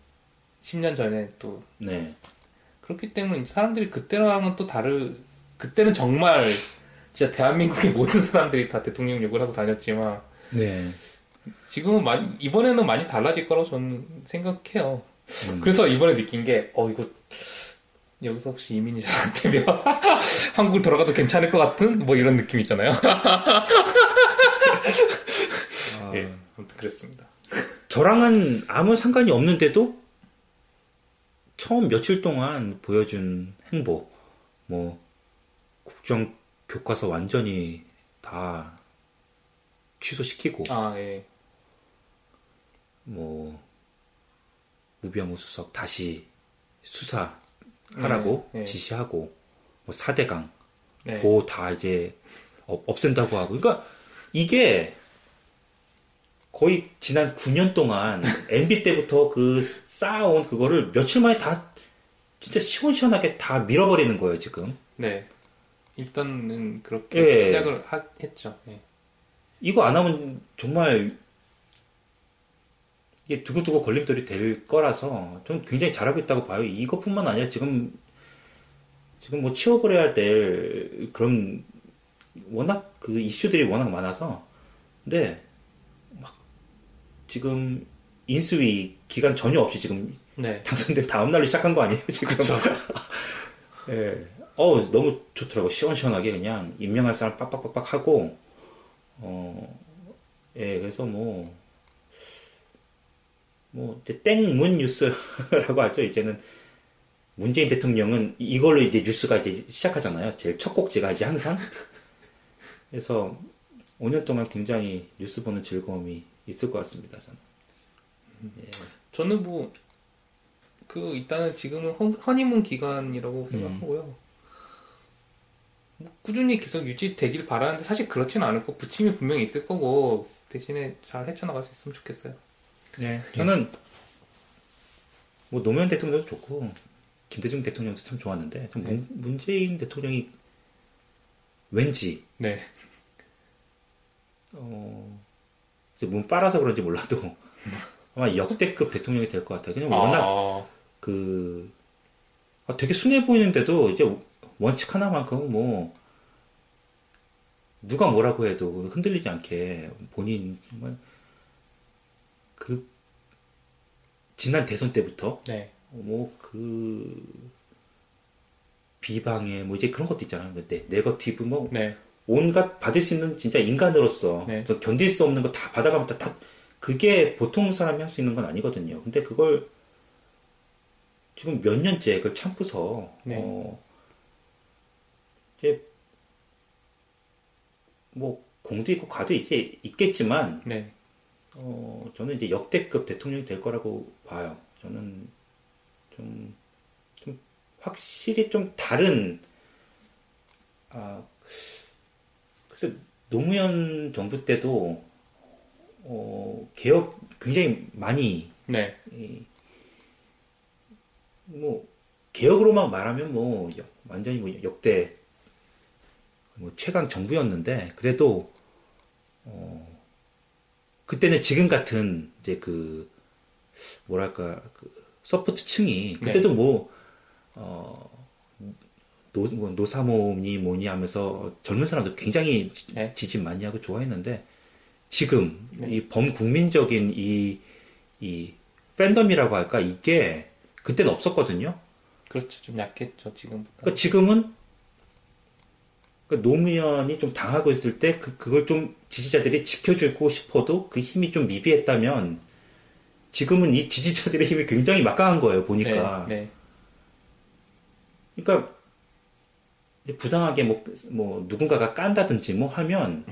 10년 전에 또. 네. 그렇기 때문에 사람들이 그때랑은 또 다르, 그때는 정말 진짜 대한민국의 [laughs] 모든 사람들이 다 대통령 욕을 하고 다녔지만, 네. 지금은 많이, 이번에는 많이 달라질 거라고 저는 생각해요. 음. 그래서 이번에 느낀 게, 어, 이거, 여기서 혹시 이민이 잘 안 되면 [laughs] 한국 돌아가도 괜찮을 것 같은? 뭐 이런 느낌 있잖아요. [laughs] 아, 예, 아무튼 그랬습니다. 저랑은 아무 상관이 없는데도 처음 며칠 동안 보여준 행보, 뭐 국정 교과서 완전히 다 취소시키고, 아, 예. 뭐 우병우수석 다시 수사하라고 네, 네. 지시하고, 뭐 4대강 네. 보호 다 이제 없- 없앤다고 하고, 그러니까 이게 거의 지난 9년 동안 MB 때부터 그 쌓아온 그거를 며칠 만에 다 진짜 시원시원하게 다 밀어버리는 거예요 지금. 네. 일단은 그렇게 예. 시작을 하- 했죠. 예. 이거 안 하면 정말 이게 두고두고 걸림돌이 될 거라서 저는 굉장히 잘하고 있다고 봐요. 이것뿐만 아니라 지금 지금 뭐 취업을 해야 될 그런 워낙 그 이슈들이 워낙 많아서 근데 막 지금 인수위 기간 전혀 없이 지금 네. 당선된 다음 날로 시작한 거 아니에요 지금? 그렇죠. [laughs] 예. 어 너무 좋더라고 시원시원하게 그냥 임명할 사람 빡빡빡빡 하고 어, 예 그래서 뭐. 뭐 이제 땡문 뉴스라고 [laughs] 하죠. 이제는 문재인 대통령은 이걸로 이제 뉴스가 이제 시작하잖아요. 제일 첫 곡지가 이제 항상. [laughs] 그래서 5년 동안 굉장히 뉴스 보는 즐거움이 있을 것 같습니다. 저는. 저는 뭐, 그, 일단은 지금은 허, 허니문 음. 기간이라고 생각하고요. 뭐 꾸준히 계속 유지되길 바라는데 사실 그렇진 않을 거고, 부침이 분명히 있을 거고, 대신에 잘 헤쳐나갈 수 있으면 좋겠어요. 네, 저는 뭐 노무현 대통령도 좋고 김대중 대통령도 참 좋았는데 참 문, 문재인 대통령이 왠지 네. 어, 이제 문 빨아서 그런지 몰라도 [laughs] 아마 역대급 대통령이 될 것 같아요. 그냥 뭐 워낙 아, 그 아, 되게 순해 보이는데도 이제 원칙 하나만큼은 뭐 누가 뭐라고 해도 흔들리지 않게 본인 정말 그 지난 대선 때부터 네. 뭐 그 비방해 뭐 이제 그런 것도 있잖아요. 네, 네거티브 뭐 네. 온갖 받을 수 있는 진짜 인간으로서 네. 저 견딜 수 없는 거 다 받아가면서 다 그게 보통 사람이 할 수 있는 건 아니거든요. 근데 그걸 지금 몇 년째 그걸 참고서 네. 어, 이제 뭐 공도 있고 과도 이제 있겠지만 네. 어, 저는 이제 역대급 대통령이 될 거라고 봐요. 저는 좀, 좀 확실히 좀 다른, 아, 그래서 노무현 정부 때도, 어, 개혁 굉장히 많이, 네. 이, 예. 뭐, 개혁으로만 말하면 뭐, 역- 완전히 뭐 역대, 뭐 최강 정부였는데, 그래도, 어, 그때는 지금 같은, 이제 그, 뭐랄까, 그 서포트 층이, 그때도 뭐, 어, 노, 뭐 노사모니 뭐니 하면서 젊은 사람도 굉장히 지- 네. 지지 많이 하고 좋아했는데, 지금, 네. 이 범국민적인 이, 이 팬덤이라고 할까, 이게, 그때는 없었거든요? 그렇죠. 좀 약했죠, 지금보다. 그러니까 지금은 그 노무현이 좀 당하고 있을 때 그, 그걸 좀 지지자들이 지켜주고 싶어도 그 힘이 좀 미비했다면 지금은 이 지지자들의 힘이 굉장히 막강한 거예요 보니까 네. 네. 그러니까 이제 부당하게 뭐, 뭐 누군가가 깐다든지 뭐 하면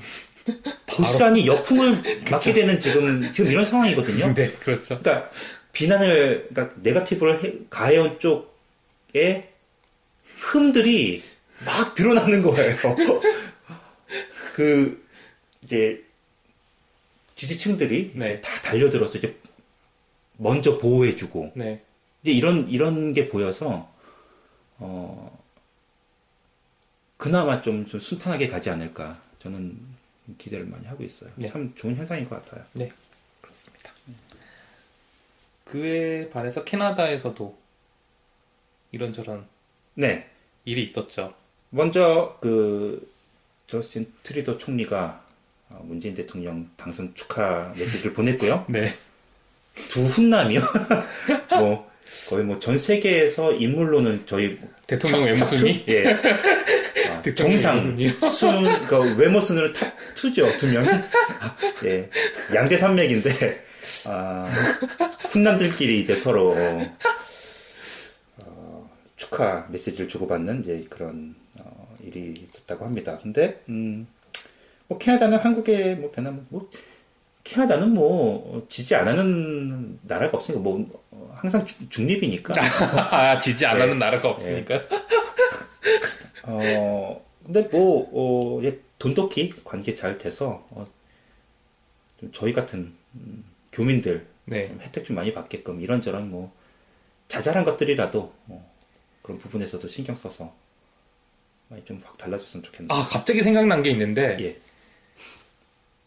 고스란히 역풍을 맞게 되는 지금 지금 이런 상황이거든요 네, 그렇죠. 그러니까 비난을 그러니까 네거티브를 해- 가해온 쪽에 흠들이 막 드러나는 거예요. [laughs] 그 이제 지지층들이 네. 이제 다 달려들어서 이제 먼저 보호해주고 네. 이제 이런 이런 게 보여서 어 그나마 좀, 좀 순탄하게 가지 않을까 저는 기대를 많이 하고 있어요. 네. 참 좋은 현상인 것 같아요. 네. 그렇습니다. 그에 반해서 캐나다에서도 이런저런 네. 일이 있었죠. 먼저 그 저스틴 트리도 총리가 어, 문재인 대통령 당선 축하 메시지를 보냈고요. 네. 두 훈남이요. [laughs] 뭐 거의 뭐 전 세계에서 인물로는 저희 대통령 탑- 외모 탑 순위? 투? 예. 아, 대통령 정상 외모 [laughs] 순 그러니까 외모 순으로 탑 2죠, 두 명이. 예. 양대 산맥인데 아, 훈남들끼리 이제 서로 어, 어, 축하 메시지를 주고받는 이제 그런 어, 일이 있었다고 합니다. 근데 음, 뭐 캐나다는 한국에 뭐 변함 뭐 캐나다는 뭐 어, 지지 안 하는 나라가 없으니까 뭐 어, 항상 중- 중립이니까 [laughs] 아, 지지 안 네. 하는 나라가 없으니까. 어, 근데 뭐, 어, 예, 돈독히 관계 잘 돼서, 어, 좀 저희 같은 음, 교민들 네. 좀 혜택 좀 많이 받게끔 이런저런 뭐, 자잘한 것들이라도, 어, 그런 부분에서도 신경 써서 많이 좀 확 달라졌으면 좋겠네요. 아, 네. 갑자기 생각난 게 있는데, 예.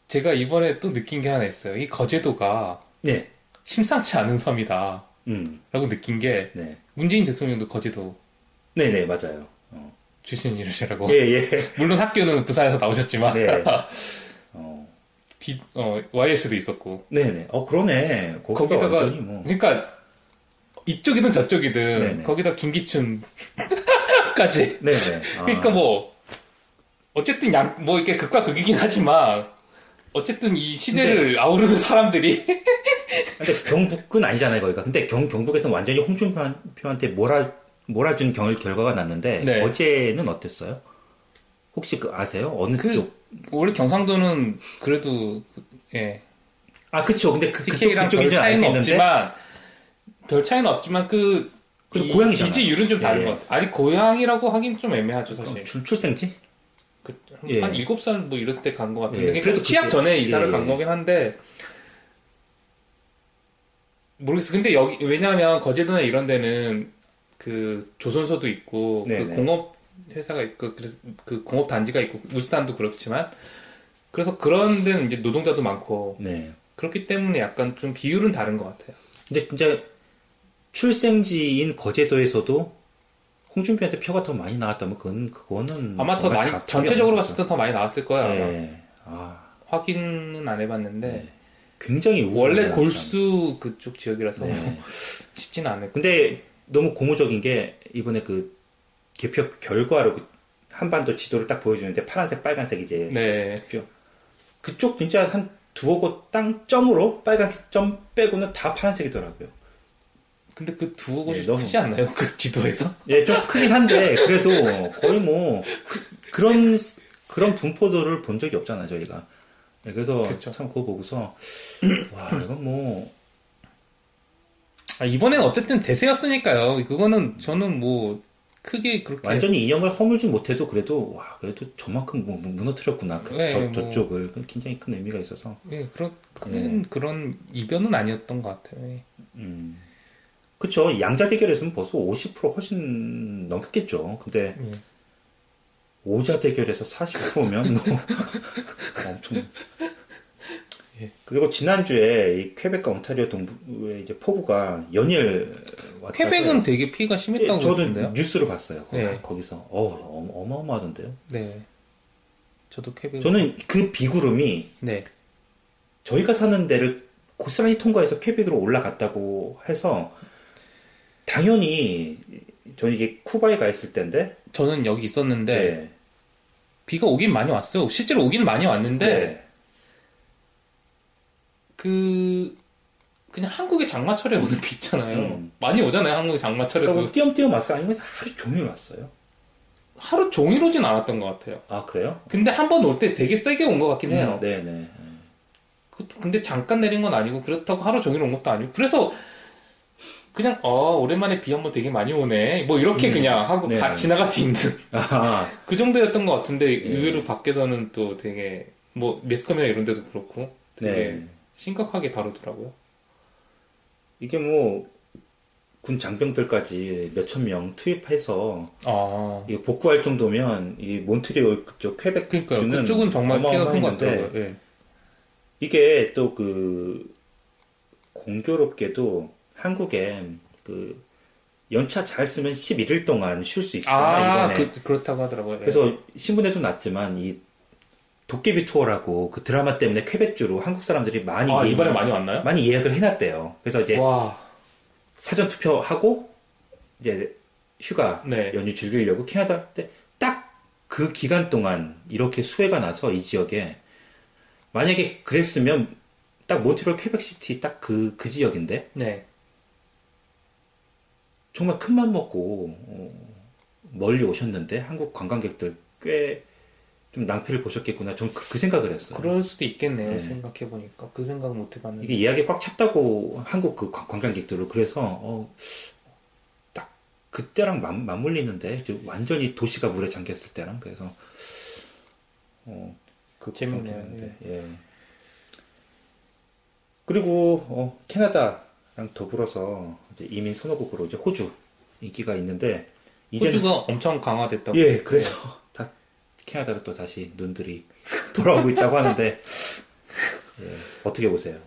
제가 이번에 또 느낀 게 하나 있어요. 이 거제도가 네. 심상치 않은 섬이다. 음, 라고 느낀 게, 네. 문재인 대통령도 거제도 네네, 맞아요. 어. 출신이시라고. 예, 예. [laughs] 물론 학교는 부산에서 나오셨지만, 네. 어. D- 어, YS도 있었고. 네네. 어, 그러네. 거기가 거기다가, 완전히 뭐. 그러니까, 이쪽이든 저쪽이든, 네네. 거기다 김기춘까지. [laughs] 네네. 아. 그러니까 뭐, 어쨌든 양, 뭐 이렇게 극과 극이긴 하지만, 어쨌든 이 시대를 아우르는 사람들이, 근데 경북은 아니잖아요, 거기가. 근데 경, 경북에서는 완전히 홍준표한테 몰아, 몰아준 경, 결과가 났는데, 네. 어제는 어땠어요? 혹시 그 아세요? 어느 그- 쪽? [laughs] 원래 경상도는 그래도, 그- 예, 아, 그쵸. 근데 그, 그쪽, TK랑 별 그쪽인지는 차이는 알겠는데. 없지만 별 차이는 없지만 그 그래도 이 고향이잖아요. 지지율은 좀 다른 예, 예. 것 같아요. 아니 고향이라고 하긴 좀 애매하죠 사실. 어, 출, 출생지? 그, 예. 한 일곱 살 뭐 이럴 때 간 것 예, 같은데 그러니까 그래도 취업 그때- 전에 이사를 예, 간 예. 거긴 한데 모르겠어. 근데 여기 왜냐하면 거제도나 이런 데는 그 조선소도 있고 네, 그 네. 공업 회사가 있고 그래서 그 공업 단지가 있고 울산도 그렇지만 그래서 그런 데는 이제 노동자도 많고 네. 그렇기 때문에 약간 좀 비율은 다른 것 같아요. 근데 진짜 출생지인 거제도에서도 홍준표한테 표가 더 많이 나왔다면 그건, 그거는. 아마 더 많이 전체적으로 봤을 땐 더 많이 나왔을 거야. 때. 아마. 예. 아, 확인은 안 해봤는데 굉장히 우울한 원래 사람. 골수 그쪽 지역이라서 네. 쉽지는 않을 거. 근데 너무 고무적인 게 이번에 그 개표 결과로 그 한반도 지도를 딱 보여주는데 파란색 빨간색 이제 네. 그쪽 진짜 한 두어 곳 땅 점으로 빨간 점 빼고는 다 파란색이더라고요. 근데 그 두 곳이 네, 너무- 크지 않나요? 그 지도에서? [laughs] 예, 좀 크긴 한데 그래도 거의 뭐 그, 런 그런 분포도를 본 적이 없잖아 저희가. 예, 그래서 그쵸. 참 그거 보고서 [clears throat] 와 이건 뭐 아, 이번엔 어쨌든 대세였으니까요. 그거는 저는 뭐 크게 그렇게 완전히 인형을 허물지 못해도 그래도 와 그래도 저만큼 뭐 무너뜨렸구나 그, 네, 저, 뭐. 저쪽을 그 굉장히 큰 의미가 있어서 예, 그런 큰 네. 그런 이변은 아니었던 것 같아요. 예. 음. 그쵸 양자 대결에서는 벌써 50% 훨씬 넘겼겠죠 근데 예. 오자 대결에서 40%면 뭐 [laughs] 엄청. 예. 그리고 지난주에 이 퀘벡과 온타리오 동부의 이제 포부가 연일 왔다. 퀘벡은 되게 피해가 심했다고 예, 저도 그러던데요. 뉴스를 봤어요. 거기, 네. 거기서 어 어마- 어마어마하던데요. 네. 저도 퀘벡. 저는 그 비구름이 네. 저희가 사는 데를 고스란히 통과해서 퀘벡으로 올라갔다고 해서 당연히 저는 이게 쿠바에 가 있을 때인데 저는 여기 있었는데 네. 비가 오긴 많이 왔어요. 실제로 오긴 많이 왔는데 네. 그 그냥 한국의 장마철에 오는 [laughs] 비 있잖아요. 음. 많이 오잖아요. 한국의 그러니까 장마철에도 뭐 띄엄띄엄 왔어요? 아니면 하루 종일 왔어요? 하루 종일 오진 않았던 것 같아요. 아 그래요? 근데 한 번 올 때 되게 세게 온 것 같긴 해요. 음, 네네. 그것도 근데 잠깐 내린 건 아니고 그렇다고 하루 종일 온 것도 아니고 그래서 그냥 어 오랜만에 비 한번 되게 많이 오네 뭐 이렇게 음. 그냥 하고 네. 가- 지나갈 수 있는 [laughs] 아, 그 정도였던 것 네. 같은데 의외로 밖에서는 또 되게 뭐 매스컴이나 이런 데도 그렇고 네. 되게 심각하게 다루더라고요 이게 뭐, 군 장병들까지 몇천 명 투입해서, 아 이게 복구할 정도면, 이 몬트리올 그쪽, 퀘벡 그러니까 주는 그쪽은 정말 피해가 큰 것 어마어마했는데 같더라고요 예. 이게 또 그, 공교롭게도 한국에 그, 연차 잘 쓰면 11일 동안 쉴 수 있잖아, 아 이번에. 그, 그렇다고 하더라고요 예. 그래서 신문에 좀 났지만, 이, 도깨비 투어라고 그 드라마 때문에 퀘벡주로 한국 사람들이 많이, 아 예- 이번에 많이 왔나요? 많이 예약을 해놨대요. 그래서 이제 와 사전 투표하고 이제 휴가 네. 연휴 즐기려고 캐나다 때 딱 그 기간 동안 이렇게 수해가 나서 이 지역에 만약에 그랬으면 딱 몬트리올 퀘벡시티 딱 그 그 지역인데 네. 정말 큰 맘 먹고 어, 멀리 오셨는데 한국 관광객들 꽤 좀 낭패를 보셨겠구나 전 그 생각을 했어요. 그럴 수도 있겠네요 네. 생각해보니까 그 생각 못 해봤는데 이게 예약이 꽉 찼다고 한국 그 관- 관광객들을 그래서 어, 딱 그때랑 맞, 맞물리는데 이제 완전히 도시가 물에 잠겼을 때랑 그래서 어, 그 재밌네요. 걱정되는데, 예. 그리고 어, 캐나다랑 더불어서 이제 이민 선호국으로 이제 호주 인기가 있는데 이제는 호주가 네. 엄청 강화됐다고. 예 그래서 다 캐나다로 또 다시 눈들이 돌아오고 [laughs] 있다고 하는데 예, 어떻게 보세요?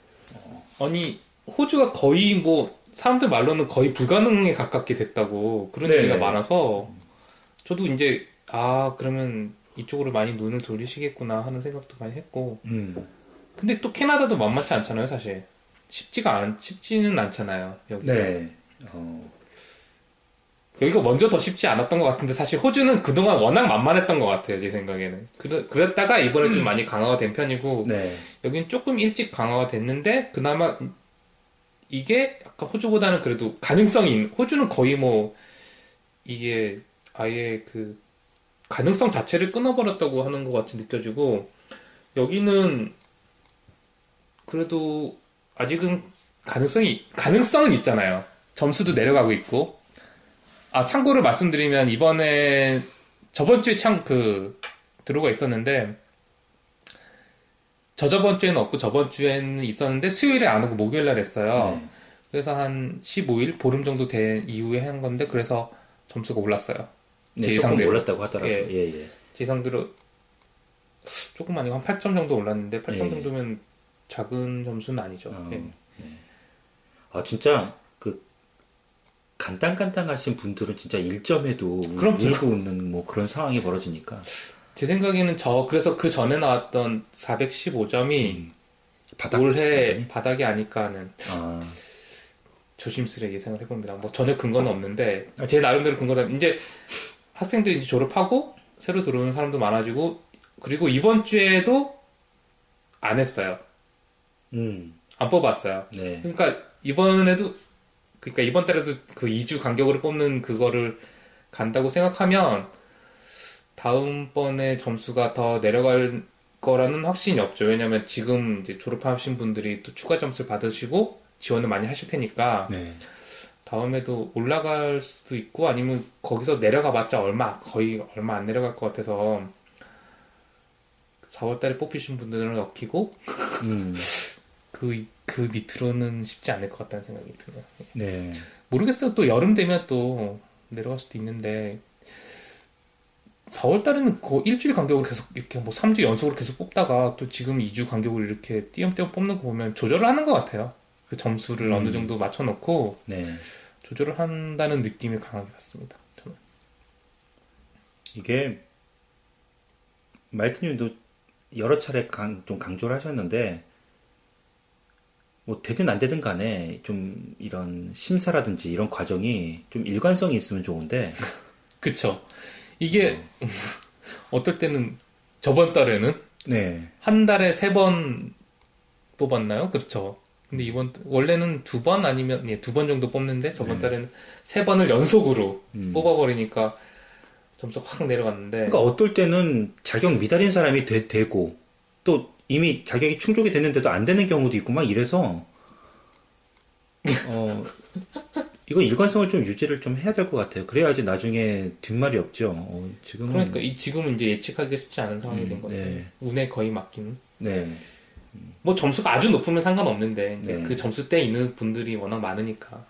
아니 호주가 거의 뭐 사람들 말로는 거의 불가능에 가깝게 됐다고 그런 네. 얘기가 많아서 저도 이제 아 그러면 이쪽으로 많이 눈을 돌리시겠구나 하는 생각도 많이 했고 근데 또 캐나다도 만만치 않잖아요 사실 쉽지가 않 쉽지는 않잖아요 여기 네. 어, 여기가 먼저 더 쉽지 않았던 것 같은데 사실 호주는 그동안 워낙 만만했던 것 같아요 제 생각에는 그러, 그랬다가 이번에 [clears throat] 좀 많이 강화가 된 편이고 네. 여긴 조금 일찍 강화가 됐는데 그나마 이게 아까 호주보다는 그래도 가능성이 있는 호주는 거의 뭐 이게 아예 그 가능성 자체를 끊어버렸다고 하는 것 같이 느껴지고 여기는 그래도 아직은 가능성이 가능성은 있잖아요 점수도 내려가고 있고 아 참고로 말씀드리면 이번에 저번 주에 참 그 들어가 있었는데 저저번 주에는 없고 저번 주에는 있었는데 수요일에 안 오고 목요일 날 했어요. 네. 그래서 한 15일 보름 정도 된 이후에 한 건데 그래서 점수가 올랐어요. 네, 제 조금 예상대로 올랐다고 하더라고요. 예. 예, 예. 제 예상대로 조금 아니고 한 8점 정도 올랐는데 8점 예. 정도면 작은 점수는 아니죠. 어, 예. 예. 아, 진짜 그 간당간당하신 분들은 진짜 1점에도 그럼요. 울고 웃는 뭐 그런 상황이 벌어지니까 제 생각에는 저 그래서 그 전에 나왔던 415점이 음, 바닥 예. 올해 바닥이 아닐까 하는 아, 어. 조심스레 예상을 해봅니다. 뭐 전혀 근거는 없는데 제 나름대로 근거다. 이제 학생들이 이제 졸업하고 새로 들어오는 사람도 많아지고 그리고 이번 주에도 안 했어요. 음, 안 뽑았어요. 네. 그러니까 이번에도 그러니까 이번 달에도 그 2주 간격으로 뽑는 그거를 간다고 생각하면 다음번에 점수가 더 내려갈 거라는 확신이 없죠. 왜냐면 지금 이제 졸업하신 분들이 또 추가 점수를 받으시고 지원을 많이 하실 테니까 네. 다음에도 올라갈 수도 있고 아니면 거기서 내려가봤자 얼마 거의 얼마 안 내려갈 것 같아서 4월달에 뽑히신 분들은 럭키고 음, 그, 그 밑으로는 쉽지 않을 것 같다는 생각이 드네요. 네. 모르겠어요. 또 여름 되면 또 내려갈 수도 있는데 4월달에는 그 일주일 간격으로 계속 이렇게 뭐 3주 연속으로 계속 뽑다가 또 지금 2주 간격으로 이렇게 띄엄띄엄 뽑는 거 보면 조절을 하는 것 같아요. 그 점수를 음. 어느 정도 맞춰놓고 네. 조절을 한다는 느낌이 강하게 받습니다. 저는. 이게 마이크님도 여러 차례 강, 좀 강조를 하셨는데 뭐 되든 안 되든 간에 좀 이런 심사라든지 이런 과정이 좀 일관성이 있으면 좋은데 그쵸. 음. 이게 어떨 때는 저번 달에는 네 한 달에 세 번 뽑았나요? 그렇죠. 근데 이번 원래는 두 번 아니면 예, 두 번 정도 뽑는데 저번 네. 달에는 세 번을 연속으로 음. 뽑아버리니까 점수 확 내려갔는데 그러니까 어떨 때는 자격 미달인 사람이 되, 고또 이미 자격이 충족이 됐는데도 안 되는 경우도 있고 막 이래서 [laughs] 어 이거 일관성을 좀 유지를 좀 해야 될 것 같아요 그래야지 나중에 뒷말이 없죠 어, 지금은 그러니까 이 지금은 이제 예측하기 쉽지 않은 상황이 음, 된 거죠. 네. 운에 거의 맡기는. 네 뭐 점수가 아주 높으면 상관없는데 이제 네. 음. 그 점수 대 있는 분들이 워낙 많으니까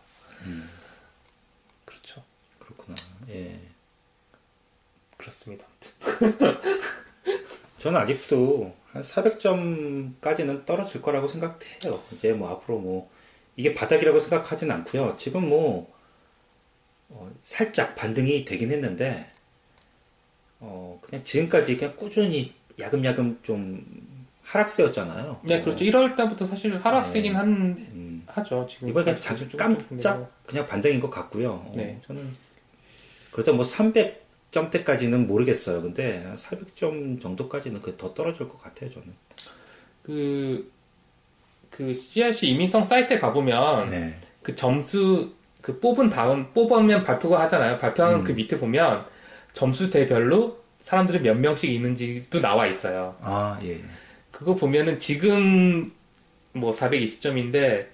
그렇죠. 그렇구나. 예. 그렇습니다. 아무튼. 저는 아직도 한 400점까지는 떨어질 거라고 생각해요. 이제 뭐 앞으로 뭐 이게 바닥이라고 생각하진 않고요. 지금 뭐 어, 살짝 반등이 되긴 했는데 어, 그냥 지금까지 그냥 꾸준히 야금야금 좀 하락세였잖아요. 네, 그렇죠. 1월 때부터 사실 하락세긴 한 음, 하죠. 지금 이번에 그냥 점수 자주 조금 조금 깜짝 내려가고. 그냥 반등인 것 같고요. 어, 네. 저는 그렇다 뭐 300점대까지는 모르겠어요. 근데 400점 정도까지는 그 더 떨어질 것 같아요. 저는. 그, 그 CRC 이민성 사이트에 가보면 네. 그 점수, 그 뽑은 다음, 뽑으면 발표가 하잖아요. 발표하는 음. 그 밑에 보면 점수 대별로 사람들이 몇 명씩 있는지도 나와 있어요. 아, 예. 그거 보면은 지금 뭐 420점인데,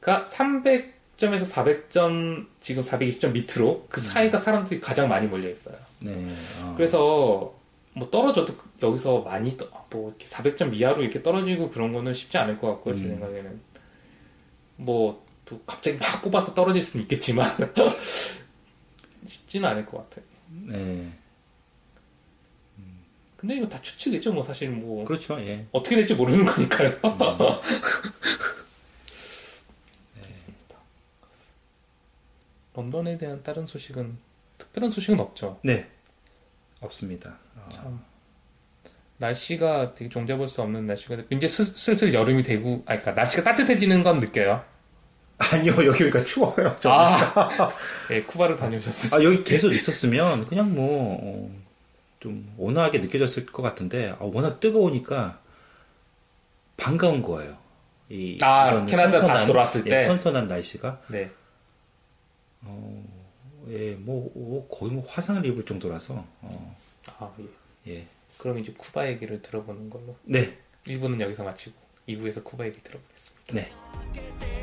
가 300점에서 400점, 지금 420점 밑으로 그 사이가 사람들이 가장 많이 몰려 있어요. 네. 아. 그래서 뭐 떨어져도 여기서 많이 떠- 뭐 이렇게 400점 이하로 이렇게 떨어지고 그런 거는 쉽지 않을 것 같고요 제 음. 생각에는 뭐 또 갑자기 막 뽑아서 떨어질 수는 있겠지만 [laughs] 쉽지는 않을 것 같아요. 네. 근데 이거 다 추측이죠 뭐 사실 뭐 그렇죠. 예. 어떻게 될지 모르는 거니까요. [laughs] 그렇습니다. 런던에 대한 다른 소식은 특별한 소식은 없죠. 네. 없습니다. [laughs] 아, 참 날씨가 되게 종잡을 수 없는 날씨가 됐고, 이제 슬- 슬슬 여름이 되고 아 그러니까 날씨가 따뜻해지는 건 느껴요. 아니요, 여기 그러니까 추워요. 저. 아. 아, [laughs] 예, 쿠바를 다녀오셨어요. 여기 계속 있었으면 그냥 뭐, 어, 좀 온화하게 느껴졌을 것 같은데, 아, 워낙 뜨거우니까 반가운 거예요. 이, 아, 이런 캐나다 다시 돌아왔을 예, 때? 선선한 날씨가, 네. 어, 예, 뭐, 어, 거의 뭐 화상을 입을 정도라서, 어, 아, 예. 예. 그럼 이제 쿠바 얘기를 들어보는 걸로. 네, 1부는 여기서 마치고 2부에서 쿠바 얘기 들어보겠습니다. 네. que te